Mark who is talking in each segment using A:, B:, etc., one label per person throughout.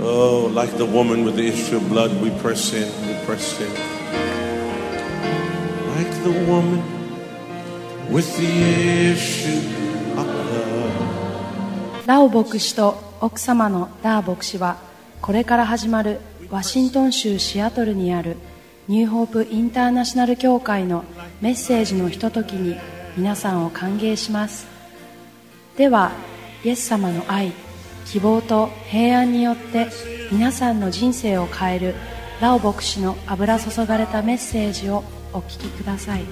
A: Oh, like the woman with the issue of blood, we press in, we press in. Like the woman with the issue of blood.
B: ラオ牧師と奥様のダー牧師はこれから始まるワシントン州シアトルにあるニューホープインターナショナル協会のメッセージのひとときに皆さんを歓迎しますではイエス様の愛希望と平安によって皆さんの人生を変えるラオ牧師の油注がれたメッセージをお聞きください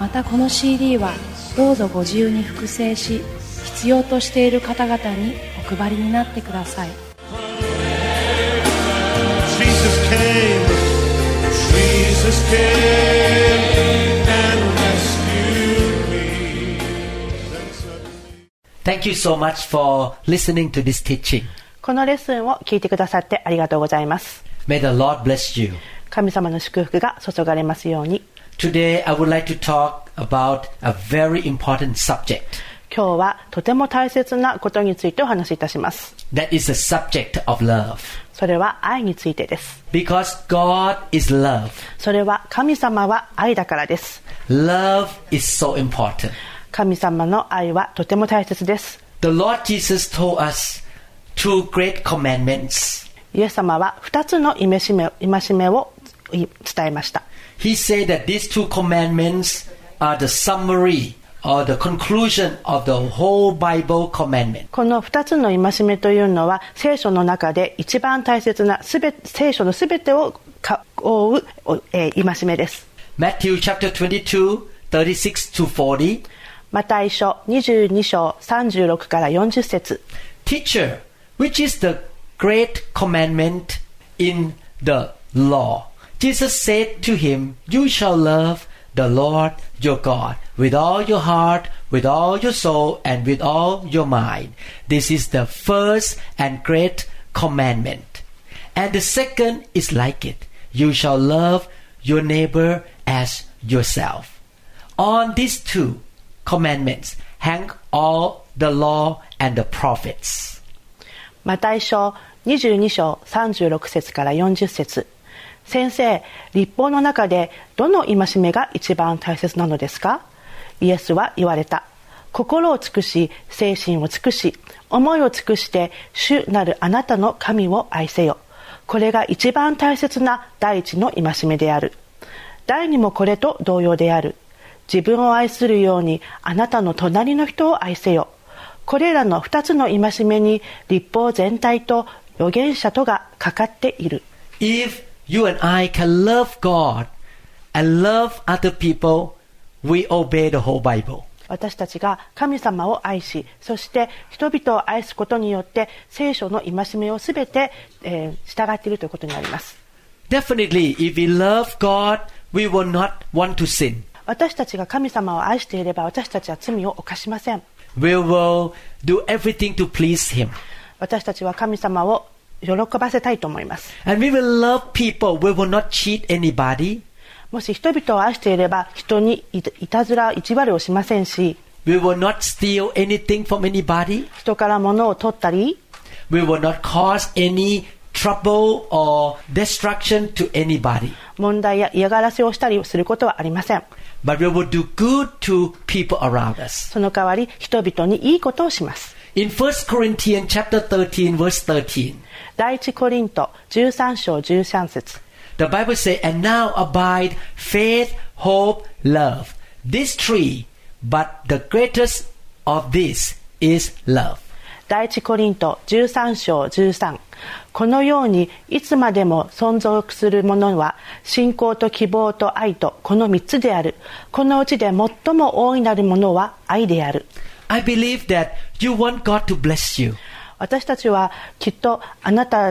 B: またこの CD はどうぞご自由に複製し必要としている方々にお配りになってください
A: Jesus came, Jesus came and rescued me. Then suddenly-
C: Thank you so much for listening to this teaching.
D: このレッスンを聞いてくださってありがとうございます。
C: May the Lord bless you.
D: 神様の祝福が注がれますように。
C: Today, I would like to talk about a very important subject.
D: 今日はとても大切なことについてお話しいたします。
C: That is the subject of love.
D: それは愛についてです。
C: Because God is love.
D: それは神様は愛だからです。
C: Love is so important.
D: 神様の愛はとても大切です。
C: The Lord Jesus told us two great commandments.
D: イエス様は2つの戒め戒めをい伝えました。
C: He said that these two commandments are the summary or the conclusion of the whole Bible commandment.
D: この2つの戒めというのは聖書の中で一番大切なすべ聖書のすべてをか覆う、おえー戒めです。
C: Matthew chapter 22, 36 to 40.
D: マタイ書22章36から40節
C: Teacher, which is the great commandment in the law? Jesus said to him, You shall love the Lord your God with all your heart, with all your soul, and with all your mind. This is the first and great commandment. And the second is like it. You shall love your neighbor as yourself. On these two commandments hang all the law and the prophets.
D: マタイ書22章36節から40節先生立法の中でどの戒めが一番大切なのですかイエスは言われた心を尽くし精神を尽くし思いを尽くして主なるあなたの神を愛せよこれが一番大切な第一の戒めである第二もこれと同様である自分を愛するようにあなたの隣の人を愛せよこれらの2つの戒めに立法全体と預言者とがかかっている
C: If you and I can love God and love other people, we obey the whole Bible.
D: 私たちが神様を愛しそして人々を愛すことによって聖書の戒めをすべて、えー従っているということになります
C: Definitely, if we love God, we will not want to sin.
D: 私たちが神様を愛していれば私たちは罪を犯しません
C: We will do everything to please Him.
D: 私たちは神様を喜ばせたいと思います
C: And we will love people. We will not cheat anybody.
D: もし人々を愛していれば人にいたいたずら意地悪をしませんし
C: We will not steal anything from anybody.
D: 人から物を取ったり
C: We will not cause any trouble or destruction to anybody.
D: 問題や嫌がらせをしたりすることはありません
C: But we will do good to people around us.
D: その代わり人々にいいことをします
C: In 1 Corinthians chapter 13 verse 13,
D: 第一コリント13章13節
C: the Bible says, "And now abide faith, hope, love. These three, but the greatest of these is love."
D: 第一コリント13章13このようにいつまでも存続するものは信仰と希望と愛とこの3つであるこのうちで最も大いなるものは愛である
C: I believe that you want God to bless you.
D: 私たちはきっとあなた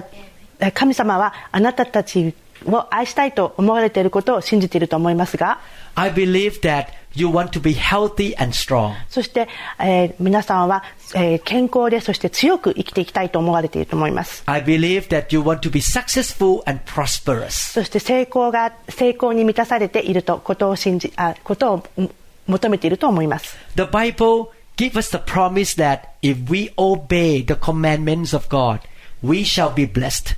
D: え神様はあなたたちを愛したいと思われていることを信じていると思いますが
C: I believe that you want to be healthy and strong.
D: そして、えー皆さんは、えー健康でそして強く生きていきたいと思われていると思います
C: I believe that you want to be successful and prosperous.
D: そして成功が成功に満たされているとことを信じあことをうん求めていると思います
C: The Bible gives us the promise that if we obey the commandments of God, we shall be blessed.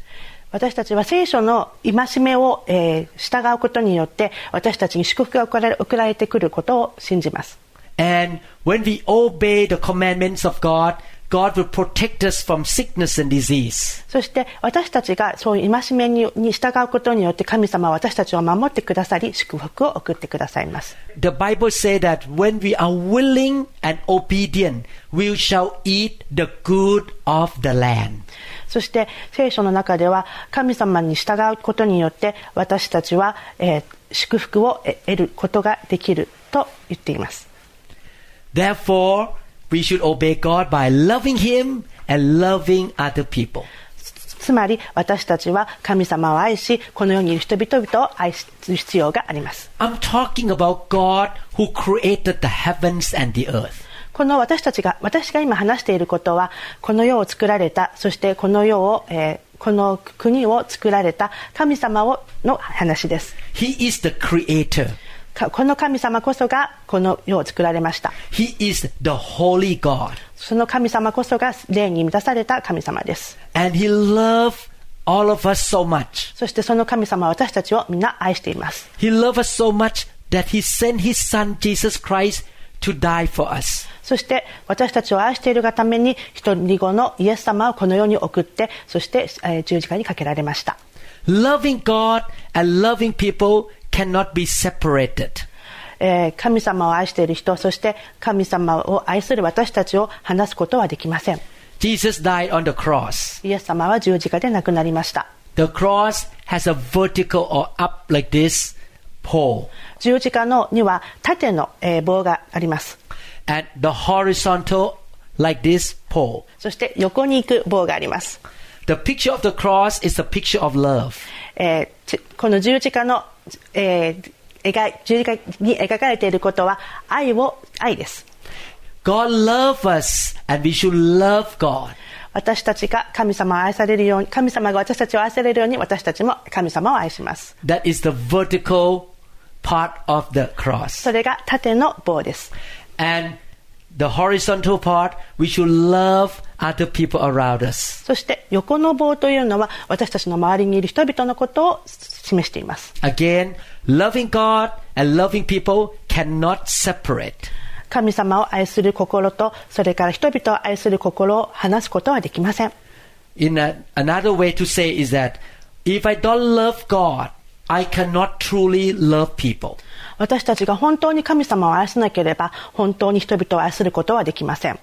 D: 私たちは聖書の戒めを、えー従うことによって私たちに祝福が送られ送られてくることを信じます
C: And when we obey the commandments of God, God will protect us from sickness and disease.
D: そして私たちがそういう戒めにに従うことによって神様は私たちを守ってくださり祝福を送ってくださいます
C: The Bible says that when we are willing and obedient, we shall eat the good of the land.
D: そして聖書の中では神様に従うことによって私たちは、えー祝福をえ得ることができると言っています
C: Therefore, we should obey God by loving Him and loving other people.
D: つまり私たちは神様を愛しこの世にいる人々を愛する必要があります
C: I'm talking about God who created the heavens and the earth.
D: この私たちが私が今話していることはこの世を作られたそしてこの世を、えーこの国を作られた神様をの話です
C: He is the creator.
D: かこの神様こそがこの世を作られました
C: He is the holy God.
D: その神様こそが霊に満たされた神様です
C: And He loved all of us so much.
D: そしてその神様は私たちをみんな愛しています
C: He loved us so much that He sent His Son Jesus Christ to die for us.
D: そして私たちを愛しているがために一人子のイエス様をこの世に送ってそして、えー十字架にかけられました
C: Loving God and loving people cannot be separated.
D: えー神様を愛している人そして神様を愛する私たちを離すことはできません
C: Jesus died on the cross.
D: イエス様は十字架で亡くなりました
C: The cross has a vertical or up like this pole,
D: 十字架のには縦の、えー棒があります
C: and the horizontal like this pole.
D: そして横に行く棒があります、
C: The picture of the cross is a picture of love.
D: えーちこの十字架の、えー描い十字架に描かれていることは愛を愛です
C: God loves us, and we should love God.
D: 私たちが神様を愛されるように神様が私たちを愛されるように私たちも神様を愛します
C: That is the vertical part of the cross.
D: それが縦の棒です
C: And the horizontal part, we should love other people around us.
D: そして横の棒というのは私たちの周りにいる人々のことを示しています
C: Again, loving God and loving people cannot separate.
D: 神様を愛する心とそれから人々を愛する心を離すことはできません
C: In a, another way to say is that if I don't love God, I cannot truly love people.
D: 私たちが本当に神様を愛さなければ本当に人々を愛することはできません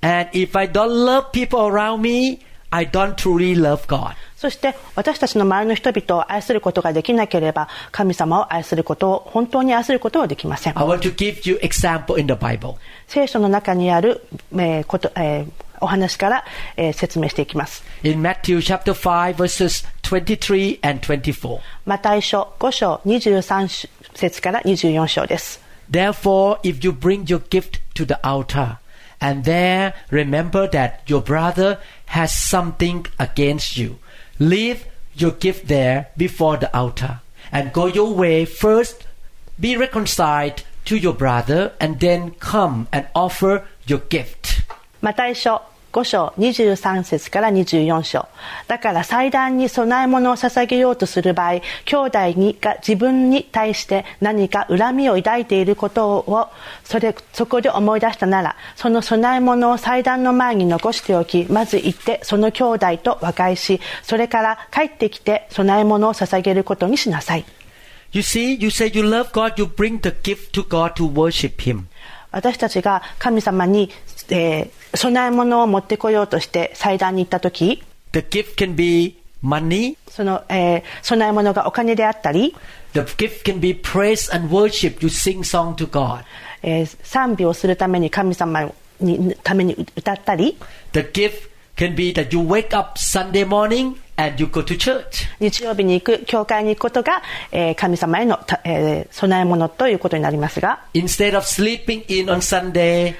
C: And if I don't love people around me, I don't truly love God.
D: そして私たちの周りの人々を愛することができなければ神様を愛することを本当に愛することはできません
C: I want to give you example in the Bible.
D: 聖書の中にある、えーことえーお話から、えー説明していきます
C: In Matthew chapter 5 verses 23 and 24.
D: マタイ書5章23節から24章です
C: Therefore, if you bring your gift to the altar, and there remember that your brother has something against you, leave your gift there before the altar, and go your way first, be reconciled to your brother, and then come and offer your gift.
D: マタイ書5章23節から24章だから祭壇に供え物を捧げようとする場合兄弟にが自分に対して何か恨みを抱いていることをそれそこで思い出したならその供え物を祭壇の前に残しておきまず行ってその兄弟と和解しそれから帰ってきて供え物を捧げることにしなさい
C: You see, you say you love God, you bring the gift to God to worship Him.
D: 私たちが神様に、えー供え物を持ってこようとして祭壇に行った時
C: The gift can be money,
D: その、えー供え物がお金であったり、
C: the gift can be praise and worship. You sing song to God.
D: えー賛美をするために神様にために歌ったり
C: The gift can be that you wake up Sunday morning and you go to church.
D: 日曜日に行く教会に行くことが、えー神様へのた、えー供え物ということになりますが
C: Instead of sleeping in on Sunday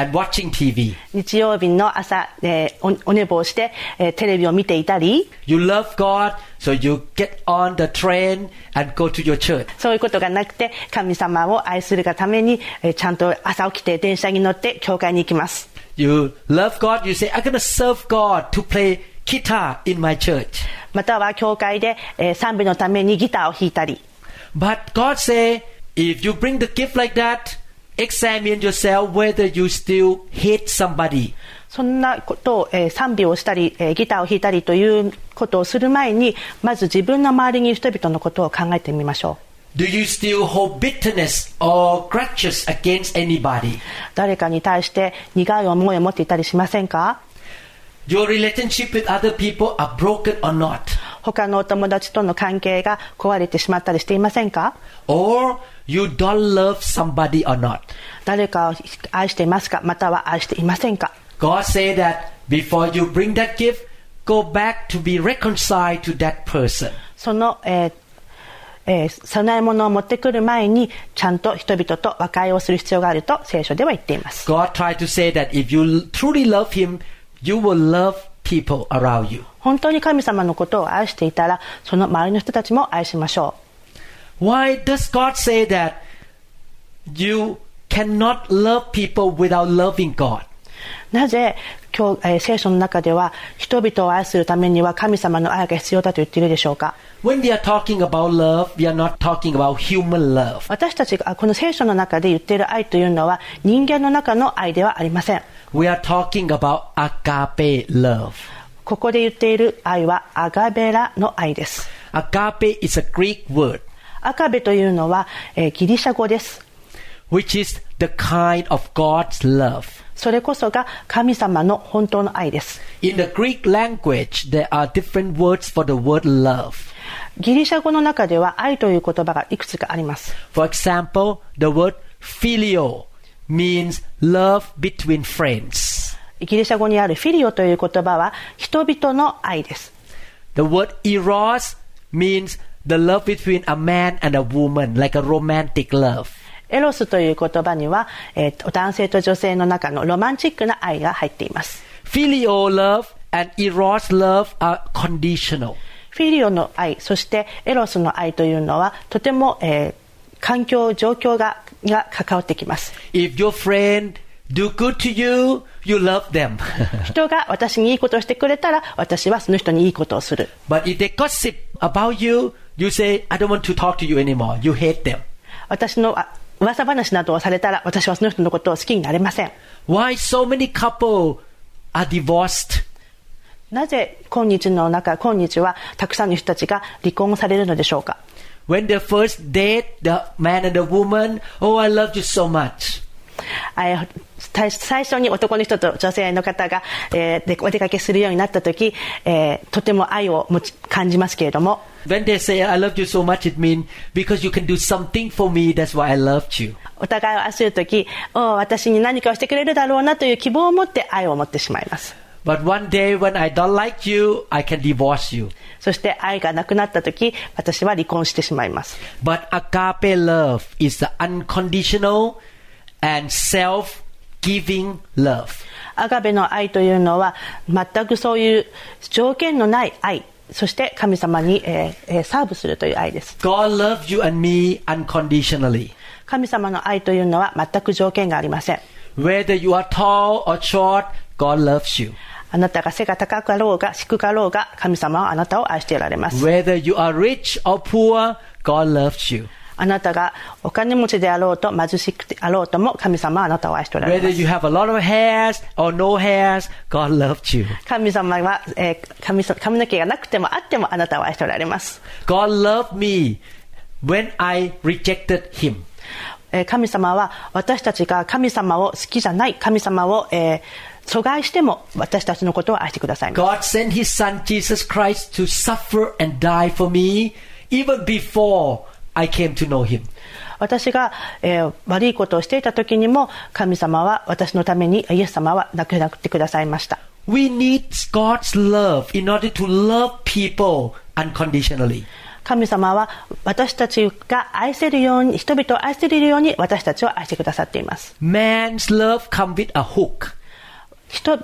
C: and watching TV,
D: 日曜日の朝、えーおお寝坊して、えーテレビを見ていたり
C: you love God, so you get on the train and go to your church.
D: そういうことがなくて神様を愛するがために、えーちゃんと朝起きて電車に乗って教会に行きます
C: You love God, you say, I'm going to serve God to play guitar in my church.
D: または教会で、えー賛美のためにギターを弾いたり
C: But God say, if you bring the gift like that, examine yourself whether you still hate somebody.
D: そんなことを、えー賛美をしたり、えーギターを弾いたりということをする前にまず自分の周りにいる人々のことを考えてみましょ
C: Do you still hold bitterness or grudges against anybody?
D: う誰かに対して苦い思いを持っていたりしませんか
C: Your relationship with other people are broken or not?
D: 他のお友達との関係が壊れてしまったりしていませんか
C: Or you don't love somebody or not?
D: 誰かを愛していますかまたは愛していませんか
C: God say that before you bring that gift, go back to be reconciled to that person.
D: その、えーえー供え物を持ってくる前にちゃんと人々と和解をする必要があると聖書では言っています
C: God tried to say that if you truly love Him, you will love people around you.
D: 本当に神様のことを愛していたらその周りの人たちも愛しましょ
C: Why does God say that you cannot love people without loving God?
D: うなぜ今日、えー聖書の中では人々を愛するためには神様の愛が必要だと言っているでしょうか
C: When we are talking about love, we are not talking about human love.
D: 私たちがあこの聖書の中で言っている愛というのは人間の中の愛ではありません
C: We are talking about agape love.
D: ここで言っている愛はアガベラの愛です
C: Agape is a Greek word
D: アカベというのは、えーギリシャ語です
C: which is the kind of God's love.
D: それこそが神様の本当の愛です。
C: In the Greek language, there are different words for the word love.
D: ギリシャ語の中では愛という言葉がいくつかあります。
C: For example, the word filio means love between friends.
D: ギリシャ語にあるフィリオという言葉は人々の愛です。
C: The word eros means the love between a man and a woman, like a romantic love.
D: エロスという言葉には、えーと男性と女性の中のロマンチックな愛が入っています。
C: Filio love and eros love are conditional.
D: フィリオの愛、そしてエロスの愛というのはとても、えー環境、状況がが関わってきます。
C: If your friend do good to you, you love them.
D: 人が私にいいことをしてくれたら私はその人にいいことをする。
C: but if they gossip about you, you say, I don't want to talk to you anymore. You hate them.
D: 私のあ噂話などをされたら私はその人のことを好きになれません
C: Why so many couple are divorced?
D: なぜ今日の中今日はたくさんの人たちが離婚をされるのでしょうか
C: When they first date the man and the woman, oh, I love you so much.
D: あえー最最初に男の人と女性の方が、えーでお出かけするようになった時、えーとても愛を持ち感じますけれども
C: When they say I love you so much, it means because you can do something for me, that's why I loved you.
D: お互いを愛する時おう私に何かをしてくれるだろうなという希望を持って愛を持ってしまいます
C: But one day when I don't like you, I can divorce you.
D: そして愛がなくなった時私は離婚してしまいます
C: But agape love is the unconditional and self giving love.
D: アガベの愛というのは全くそういう条件のない愛そして神様に、えーえーサーブするという愛です
C: God loves you and me unconditionally.
D: 神様の愛というのは全く条件がありません
C: Whether you are tall or short, God loves you.
D: あなたが背が高かろうが低かろうが神様はあなたを愛しておられます
C: Whether you are rich or poor, God loves you.
D: あなたがお金持ちであろうと貧しくてあろうとも神様はあなたを愛しておられ
C: Whether
D: ます
C: you have a lot of hairs or no hairs, God loves you.
D: 神様は、えー髪そ髪の毛がなくてもあってもあなたを愛しておられます、
C: God loved me when I rejected him.
D: えー神様は私たちが神様を好きじゃない神様を、えー阻害しても私たちのことを愛してくださいます
C: God sent his son Jesus Christ to suffer and die for me even before I came to know him.
D: 私が、えー悪いことをしていた時にも神様は私のためにイエス様は亡くなってくださいました
C: We need God's love in order to love people unconditionally.
D: 神様は私たちが愛せるように人々を愛せるように私たちを愛してくださっています
C: Man's love comes with a hook.
D: 人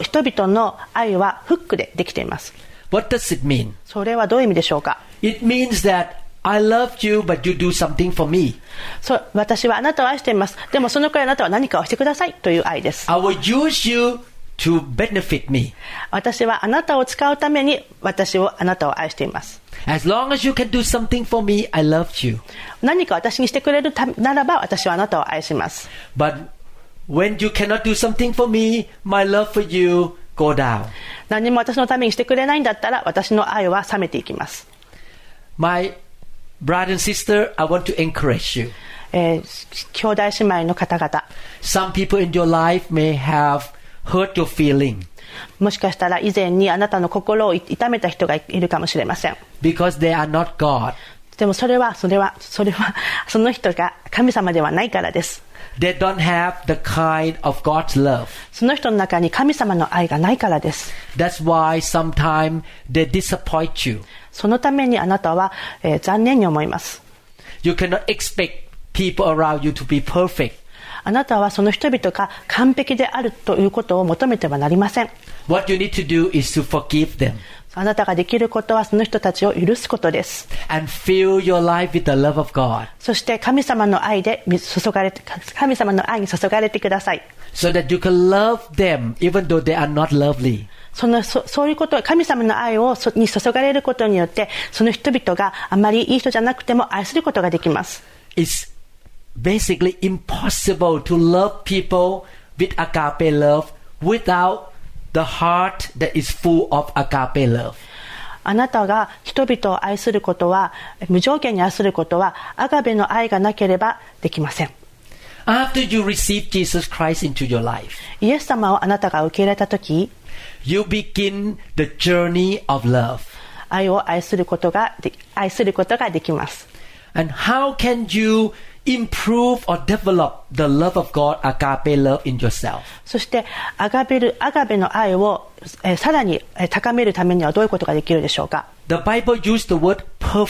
D: 人々の愛はフックでできています
C: What does it mean?
D: それはどういう意味でしょうか
C: It means that I love you, but you do something for me.
D: そう私はあなたを愛していますでもそのくらいあなたは何かをしてくださいという愛です
C: I will use you to benefit me.
D: 私はあなたを使うために私をあなたを愛しています。
C: As long as you can do something for me, I love you.
D: 何か私にしてくれるたならば私はあなたを愛します。
C: But when you cannot do something for me, my love for you go down.
D: 何も私のためにしてくれないんだったら私の愛は冷めていきます。
C: My brother and sister, I want to encourage you.
D: えー兄弟姉妹の方々、
C: Some people in your life may have hurt your feeling
D: もしかしたら以前にあなたの心を痛めた人がいるかもしれません。
C: because they are not God.
D: でもそれは、それは、それは、 その人が神様ではないからです。
C: They don't have the kind of God's love.
D: その人の中に神様の愛がないからです。
C: That's why sometimes they disappoint you.
D: そのためにあなたは、えー残念に思います。
C: You cannot expect people around you to be perfect.
D: あなたはその人々が完璧であるということを求めてはなりません。
C: What you need to do is to forgive them
D: あなたができることはその人たちを許すことです。
C: and fill your life with the love of God
D: そして神様の愛でみ注がれて、神様の愛に注がれてください。
C: so that you can love them even though they are not lovely.
D: そのそそういうこと神様の愛をそに注がれることによってその人々があまりいい人じゃなくても愛することができます
C: It's basically impossible to love people with agape love without the heart that is full of agape love.
D: あなたが人々を愛することは無条件に愛することはアガベの愛がなければできません
C: After you receive Jesus Christ into your life,
D: イエス様をあなたが受け入れた時
C: you begin the journey of love.
D: 愛を愛することがで愛することができます
C: And how can you improve or develop the love of God, agape love in yourself?
D: そしてアガベルアガベの愛を、えーさらにえー高めるためにはどういうことができるでしょうか
C: The Bible used the word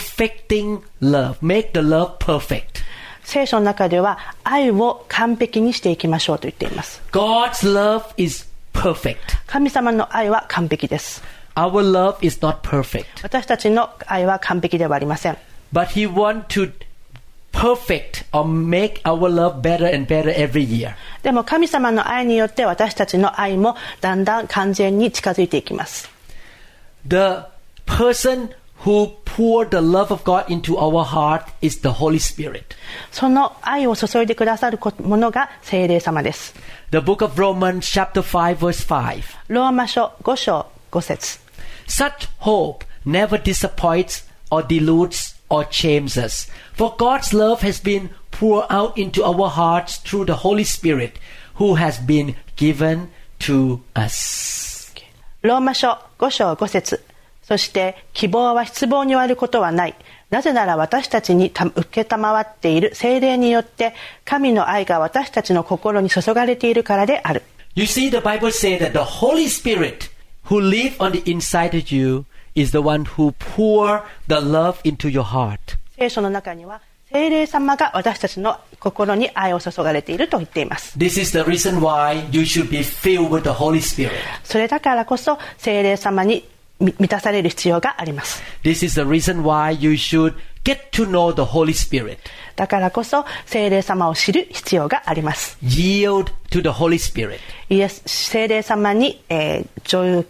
C: perfecting love, make the love perfect.
D: 聖書の中では愛を完璧にしていきましょうと言っています
C: God's love is perfect.
D: 神様の愛は完璧です。
C: Our love is not perfect,
D: 私たちの愛は完璧ではありません。
C: but He wants to perfect or make our love better and better every year.
D: でも神様の愛によって私たちの愛もだんだん完全に近づいていきます。
C: The person who poured the love of God into our heart is the Holy Spirit.
D: その愛を注いでくださるものが聖霊様です。
C: The book of Romans, chapter 5, verse 5.
D: ローマ書5章5節
C: Such hope never disappoints or deludes or shames us. For God's love has been poured out into our hearts through the Holy Spirit who has been given to us.
D: ローマ書5章5節そして希望は失望に終わることはないなぜなら私たちにた受けたまわっている聖霊によって神の愛が私たちの心に注がれているからである
C: You see, the Bible says that the Holy Spirit who lives on the inside of you is the one who pour the love into your heart.
D: 聖書の中には聖霊様が私たちの心に愛を注がれていると言っています
C: This is the reason why you should be filled with the Holy Spirit.
D: それだからこそ聖霊様にみ満たされる必要があります
C: This is the reason why you should get to know the Holy Spirit.
D: だからこそ聖霊様を知る必要があります
C: Yield to the Holy Spirit.
D: イエス聖霊様に、えー女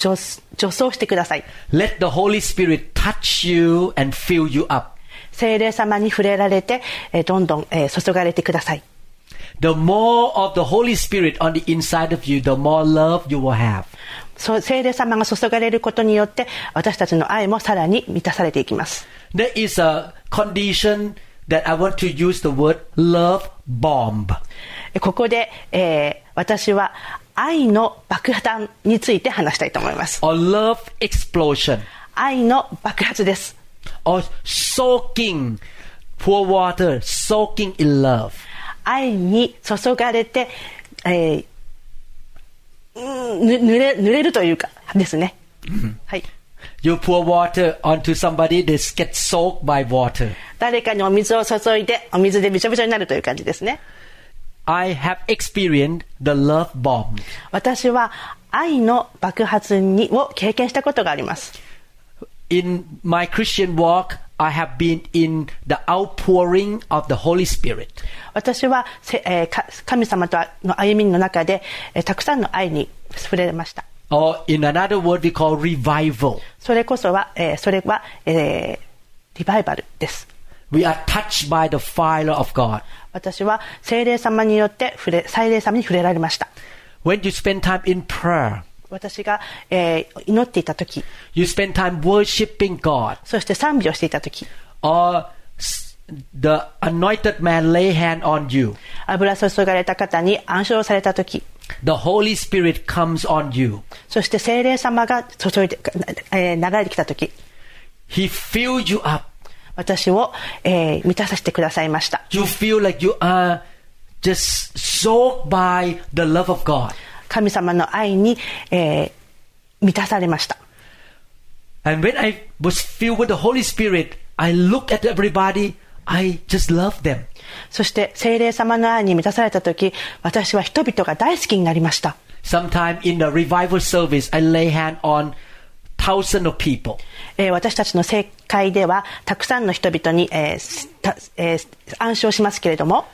D: 女女装してください
C: Let the Holy Spirit touch you and fill you up.
D: 聖霊様に触れられて、えーどんどん、えー注がれてください
C: The more of the Holy Spirit on the inside of you, the more love you will have.
D: そう聖霊様が注がれることによって私たちの愛もさらに満たされていきます
C: There is a condition that I want to use the word love bomb.
D: え ここで、えー私は愛の爆弾について話したいと思います
C: or love explosion
D: 愛の爆発です
C: or soaking poor water soaking in love
D: 愛に注がれて、えーうんぬ濡れ濡れるというかですね、はい、
C: you pour water onto somebody they get soaked by water
D: 誰かにお水を注いでお水でびちょびちょになるという感じですね
C: i have experienced the love bomb
D: 私は愛の爆発にを経験したことがあります
C: in my christian walk i have been in the outpouring of the holy spirit
D: 私はせ、えーか神様との歩みの中で、えーたくさんの愛に触れました。
C: Or in another word, we call revival.
D: それこそは、えーそれは、えーリバイバルです。
C: We are touched by the fire of God.
D: 私は聖霊様によって触れ、聖霊様に触れられました。
C: When you spend time in prayer,
D: 私が、えー祈っていた時、
C: you spend time worshiping God,
D: そして賛美をしていた時、
C: or s- the anointed man lay hand on you,
D: 油注がれた方に暗唱された時、
C: the Holy Spirit comes on you.
D: そして聖霊様が注いで、えー流れてきた時、
C: He fills you up.
D: 私を、えー満たさせてくださいました。
C: You feel like you are just soaked by the love of God.
D: 神様の愛に、えー満たされました。
C: And when I was filled with the Holy Spirit, I looked at everybody. I just love them.
D: そして聖霊様の愛に満たされた時、私は人々が大好きになりました。
C: Sometime in the revival service, I lay hand on thousands of people.
D: えー私たちの正会ではたくさんの人々に、えーしたえー暗唱しますけれども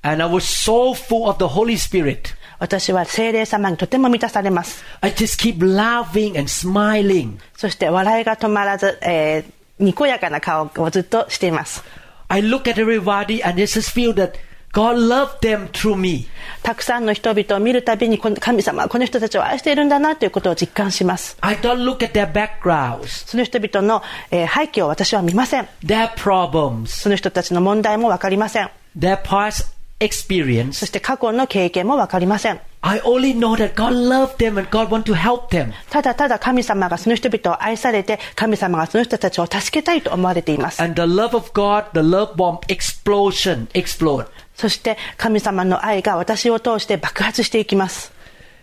C: And I was so full of the Holy Spirit.
D: 私は聖霊様にとても満たされます
C: I just keep laughing and smiling.
D: そして笑いが止まらず、えーにこやかな顔をずっとしています
C: I look at everybody and I just feel that God loved them through me.
D: たくさんの人々を見るたびにこの神様はこの人たちを愛しているんだなということを実感します
C: I don't look at their backgrounds,
D: その人々の、えー背景を私は見ません
C: their problems,
D: その人たちの問題も分かりません
C: their past
D: そ
C: experience.
D: して過去の経験も分かりません
C: I only know that God loved them and God want to help them.
D: ただただ神様がその人々を愛されて神様がその人たちを助けたいと思われています
C: And the love of God, the love bomb explosion explode.
D: そして神様の愛が私を通して爆発していきます。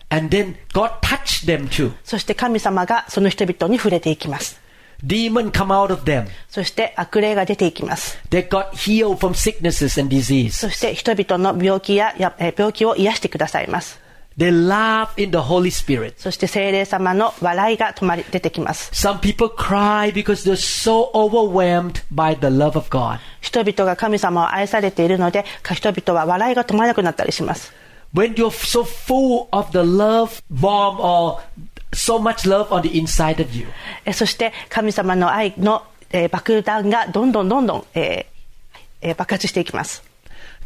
C: And then God touched them too.
D: そして神様がその人々に触れていきます。
C: Demon come out of them.
D: そして悪霊が出ていきます。
C: They got healed from sicknesses and disease.
D: そして人々の病気ややえー病気を癒してくださいます。
C: They laugh in the Holy Spirit.
D: そして聖霊様の笑いが止まり出てきます。
C: Some people cry because they're so overwhelmed by the love of God.
D: 人々が神様を愛されているので、か人々は笑いが止まらなくなったりします。
C: When you're so full of the love bomb or so much love on the inside of you,
D: えーそして神様の愛の、えー爆弾がどんどんどんどん、えーえー爆発していきます。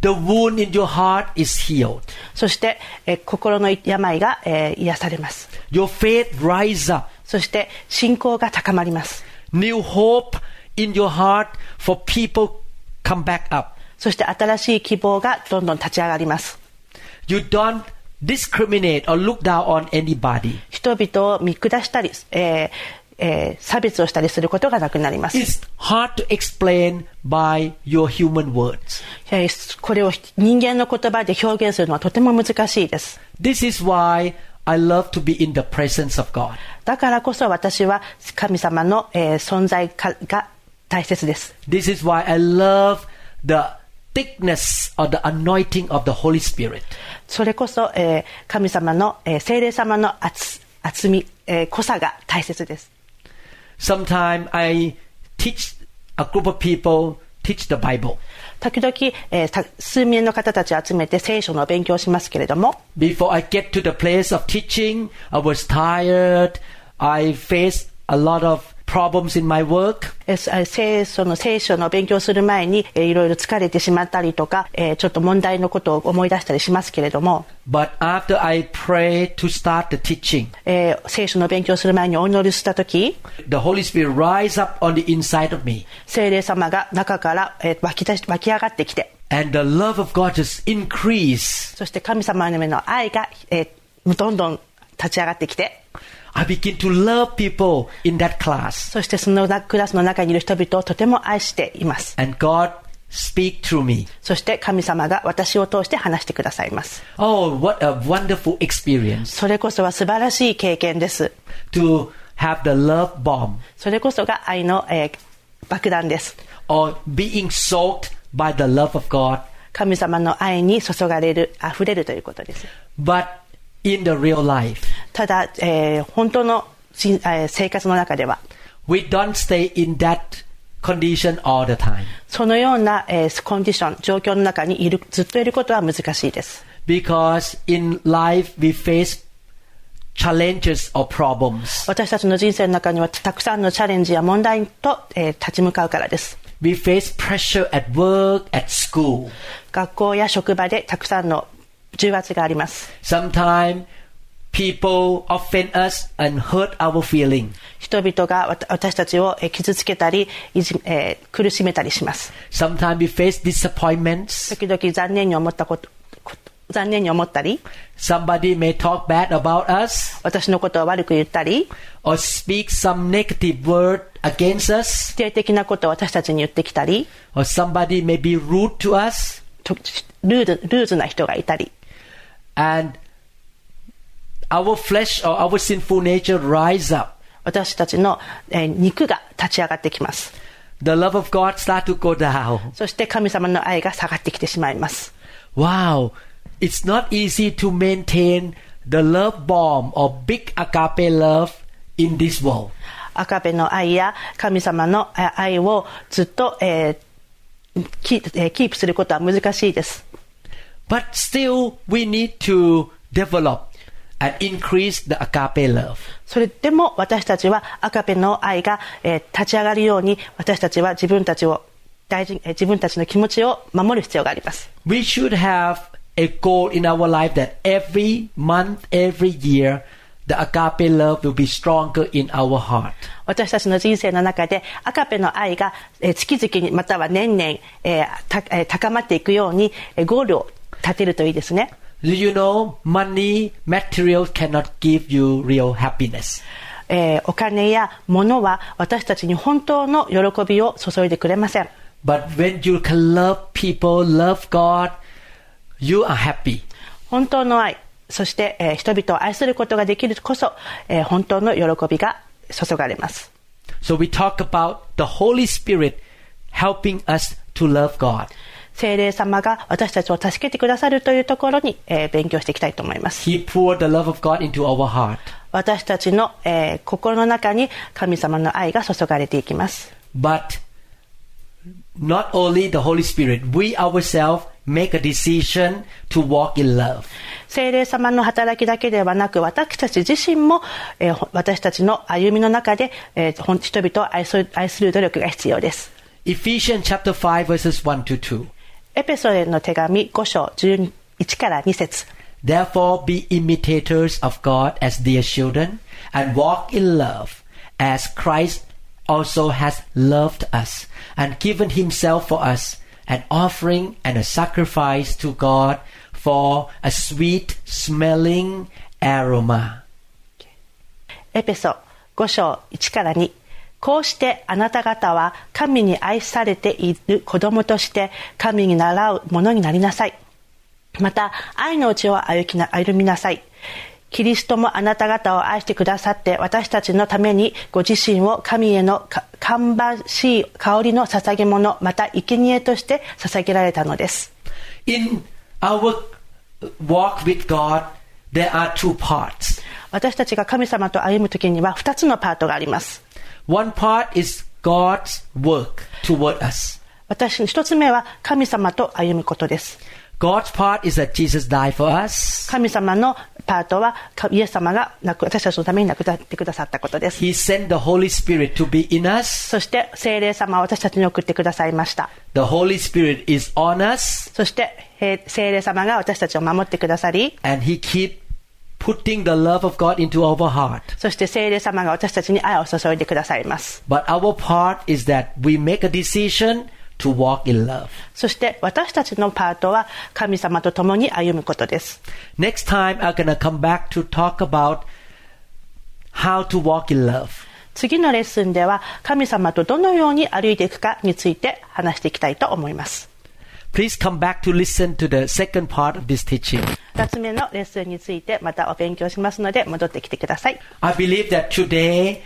C: the wound in your heart is healed.
D: そして、えー心の病が、えー癒されます。
C: Your faith rise up.
D: そして信仰が高まります。
C: New hope in your heart for people come back up.
D: そして新しい希望がどんどん立ち上がります。
C: You don't discriminate or look down on anybody.
D: 人々を見下したり、えーえー差別をしたりすることがなくなります。
C: It's hard to explain by your human words.
D: えーこれを人間の言葉で表現するのはとても難しいです。
C: This is why I love to be in the presence of God.
D: だからこそ私は神様の、えー存在かが大切です。
C: This is why I love the thickness or the anointing of the Holy Spirit.
D: それこそ、えー神様の、えー精霊様の厚厚み、えー濃さが大切です。
C: Sometimes I teach a group of people teach the Bible.
D: 時々、えーた数名の方たちを集めて聖書の勉強をしますけれども、
C: Before I get to the place of teaching, I was tired. I faced a lot of problems in my work.
D: えー聖その聖書の勉強をする前に、えーいろいろ疲れてしまったりとか、えーちょっと問題のことを思い出したりしますけれども、
C: But after I pray to start the teaching,
D: えー聖書の勉強をする前にお祈りした時
C: the Holy Spirit rise up on the inside of me.
D: 聖霊様が中から、えー湧き出し湧き上がってきて
C: And the love of God just increase.
D: そして神様の目の愛が、えーどんどん立ち上がってきて
C: I begin to love people in that class.
D: そしてそのなクラスの中にいる人々をとても愛しています
C: And God speak through me.
D: そして神様が私を通して話してくださいます
C: Oh, what a wonderful experience
D: それこそは素晴らしい経験です
C: to have the love bomb
D: それこそが愛の、えー爆弾です
C: or being soaked by the love of God.
D: 神様の愛に注がれる、溢れるということです。
C: But in the real life,
D: ただ、えー本当のしん、えー生活の中では、
C: we don't stay in that condition all the time
D: そのような、えーコンディション、状況の中にいる、ずっといることは難しいです。
C: because in life we face challenges or problems.
D: 私たちの人生の中にはたくさんのチャレンジや問題と、えー立ち向かうからです。
C: We face pressure at work, at school.
D: 学校や職場でたくさんの重圧があります。
C: Sometimes people offend us and hurt our feeling.
D: 人々がわた私たちをえー傷つけたり、いじえー苦しめたりします。
C: Sometimes we face disappointments.
D: 時々残念に思ったこと、こと残念に思ったり、
C: Somebody may talk bad about us
D: 私のことを悪く言ったり、
C: or speak some negative word against us
D: 否定的なことを私たちに言ってきたり、
C: or somebody may be rude to us
D: とルーズルーズな人がいたり、
C: and our flesh or our sinful nature rise up.
D: 私たちの、えー肉が立ち上がってきます。
C: The love of God start to go down.
D: そして神様の愛が下がってきてしまいます。
C: Wow, it's not easy to maintain the love bomb or big agape love in this world.
D: 赤部の愛や神様のあ愛をずっと、えーキえーキープすることは難しいです。
C: But still, we need to develop and increase the agape love.
D: それでも私たちは赤部の愛が、えー立ち上がるように私たちは自分たちを大事、えー自分たちの気持ちを守る必要があります。
C: We should have a goal in our life that every month, every year, the agape love will be stronger in our heart.
D: 私たちの人生の中で赤ペの愛がえー月々にまたは年々、えーたえー高まっていくようにえーゴールを立てるといいですね
C: Do you know money, material cannot give you real happiness?
D: えーお金や物は私たちに本当の喜びを注いでくれません
C: But when you can love people, love God, you are happy.
D: 本当の愛そして、えー人々を愛することができるこそ、えー本当の喜びが注がれます
C: So we talk about the Holy Spirit helping us to love God.
D: 聖霊様が私たちを助けてくださるというところに、えー勉強していきたいと思います
C: He poured the love of God into our heart.
D: 私たちの、えー心の中に神様の愛が注がれていきます
C: But not only the Holy Spirit, we ourselves make a decision to walk in love.
D: 聖霊様の働きだけではなく私たち自身も、えーほ私たちの歩みの中で、えーほん人々を愛する愛する努力が必要です
C: Ephesians chapter 5 verses 1 to 2.
D: エペソへの手紙5章11から2節
C: Therefore be imitators of God as dear children and walk in love as Christ also has loved us and given himself for us an offering and a sacrifice to God for a sweet smelling aroma.
D: エペソ5章1から2こうしてあなた方は神に愛されている子供として神に習うものになりなさいまた愛のうちを歩きな歩みなさいキリストもあなた方を愛してくださって私たちのためにご自身を神へのか看板しい香りの捧げ物また生贄として捧げられたのです
C: In our walk with God, there are two parts.
D: 私たちが神様と歩む時には2つのパートがあります
C: One part is God's work toward us.
D: 私一つ目は神様と歩むことです
C: God's part is that Jesus died for us.
D: 神様のパートはかイエス様が亡く私たちのために亡くなってくださったことです
C: He sent the Holy Spirit to be in us.
D: そして聖霊様は私たちに送ってくださいました
C: The Holy Spirit is on us
D: そしてえー聖霊様が私たちを守ってくださり
C: and He keep putting the love of God into our heart.
D: そして聖霊様が私たちに愛を注いでくださいます
C: But our part is that we make a decision to walk in love.
D: そして私たちのパートは神様と共に歩むことです
C: Next time I'm gonna come back to talk about how to walk in love.
D: 次のレッスンでは神様とどのように歩いていくかについて話していきたいと思います
C: Please come back to listen to the second part of this teaching.
D: 2つ目のレッスンについてまたお勉強しますので戻ってきてください
C: I believe that today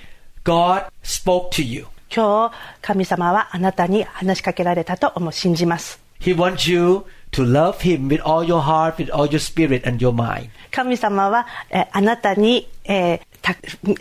C: God spoke to you.
D: 今日神様はあなたに話しかけられたと思う信じます
C: He wants you to love Him with all your heart, with all your spirit and your mind.
D: 神様は、えーあなたに、えーた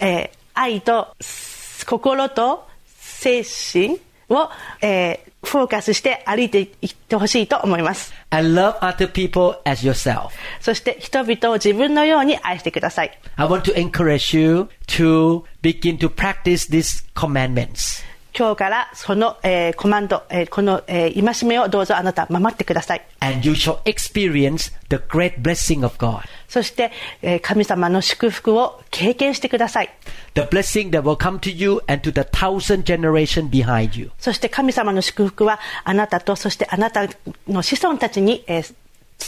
D: えー愛とす心と精神を、えーフォーカスして歩いていってほしいと思います
C: and love other people as yourself.
D: そして人々を自分のように愛してください。
C: I want to encourage you to begin to practice these commandments.
D: 今日からその、えーコマンド、えーこの、えー戒めをどうぞあなた守ってください。
C: And you shall experience the great blessing of God.
D: そして、えー神様の祝福を経験してください。
C: The blessing that will come to you and to the thousand generation behind you.
D: そして神様の祝福はあなたとそしてあなたの子孫たちに、えーつ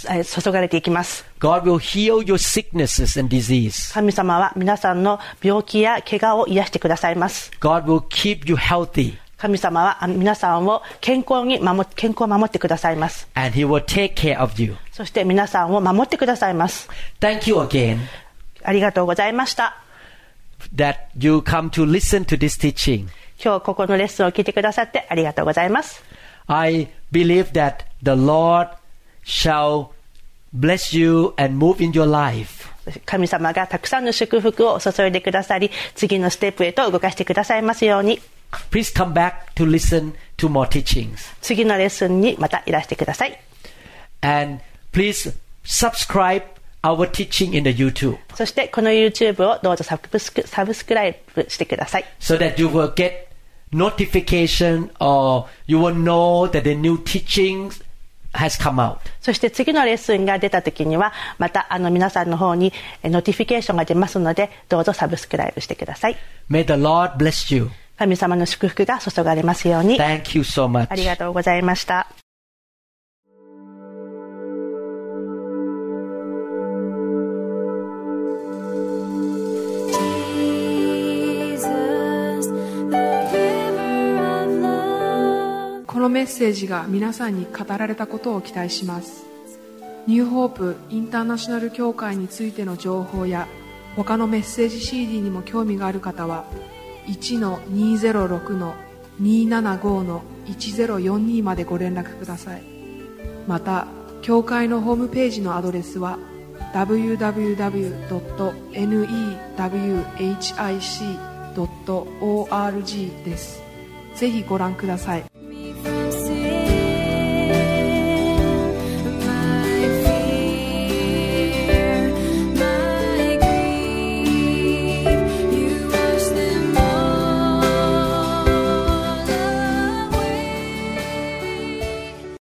D: えー注がれていきます。
C: God will heal your sicknesses and disease.
D: 神様は皆さんの病気や怪我を癒してくださいます。
C: God will keep you healthy
D: 神様はあ皆さんを健康に守っ健康を守ってくださいます。
C: and He will take care of you.
D: そして皆さんを守ってくださいます。
C: Thank you again
D: ありがとうございました。
C: that you come to listen to this teaching.
D: 今日ここのレッスンを聞いてくださってありがとうございます。
C: I believe that the Lord shall bless you and move in your life.
D: 神様がたくさんの祝福を注いでくださり、次のステップへと動かしてくださいますように、
C: Please come back to listen to more teachings.
D: 次のレッスンにまたいらしてください。
C: And please subscribe our teaching in the YouTube
D: そしてこの YouTube をどうぞサブスクサブスクライブしてください。
C: so that you will get notification or you will know that the new teaching has come out.
D: そして次のレッスンが出た時には、またあの皆さんの方にえノティフィケーションが出ますので、どうぞサブスクライブしてください。
C: May the Lord bless you.
D: 神様の祝福が注がれますように、
C: Thank you so much.
D: ありがとうございました。
E: Jesus, the giver of love.
F: このメッセージが皆さんに語られたことを期待しますニューホープインターナショナル協会についての情報や他のメッセージ CD にも興味がある方は1-206-275-1042までご連絡くださいまた協会のホームページのアドレスは www.newhic.org ですぜひご覧ください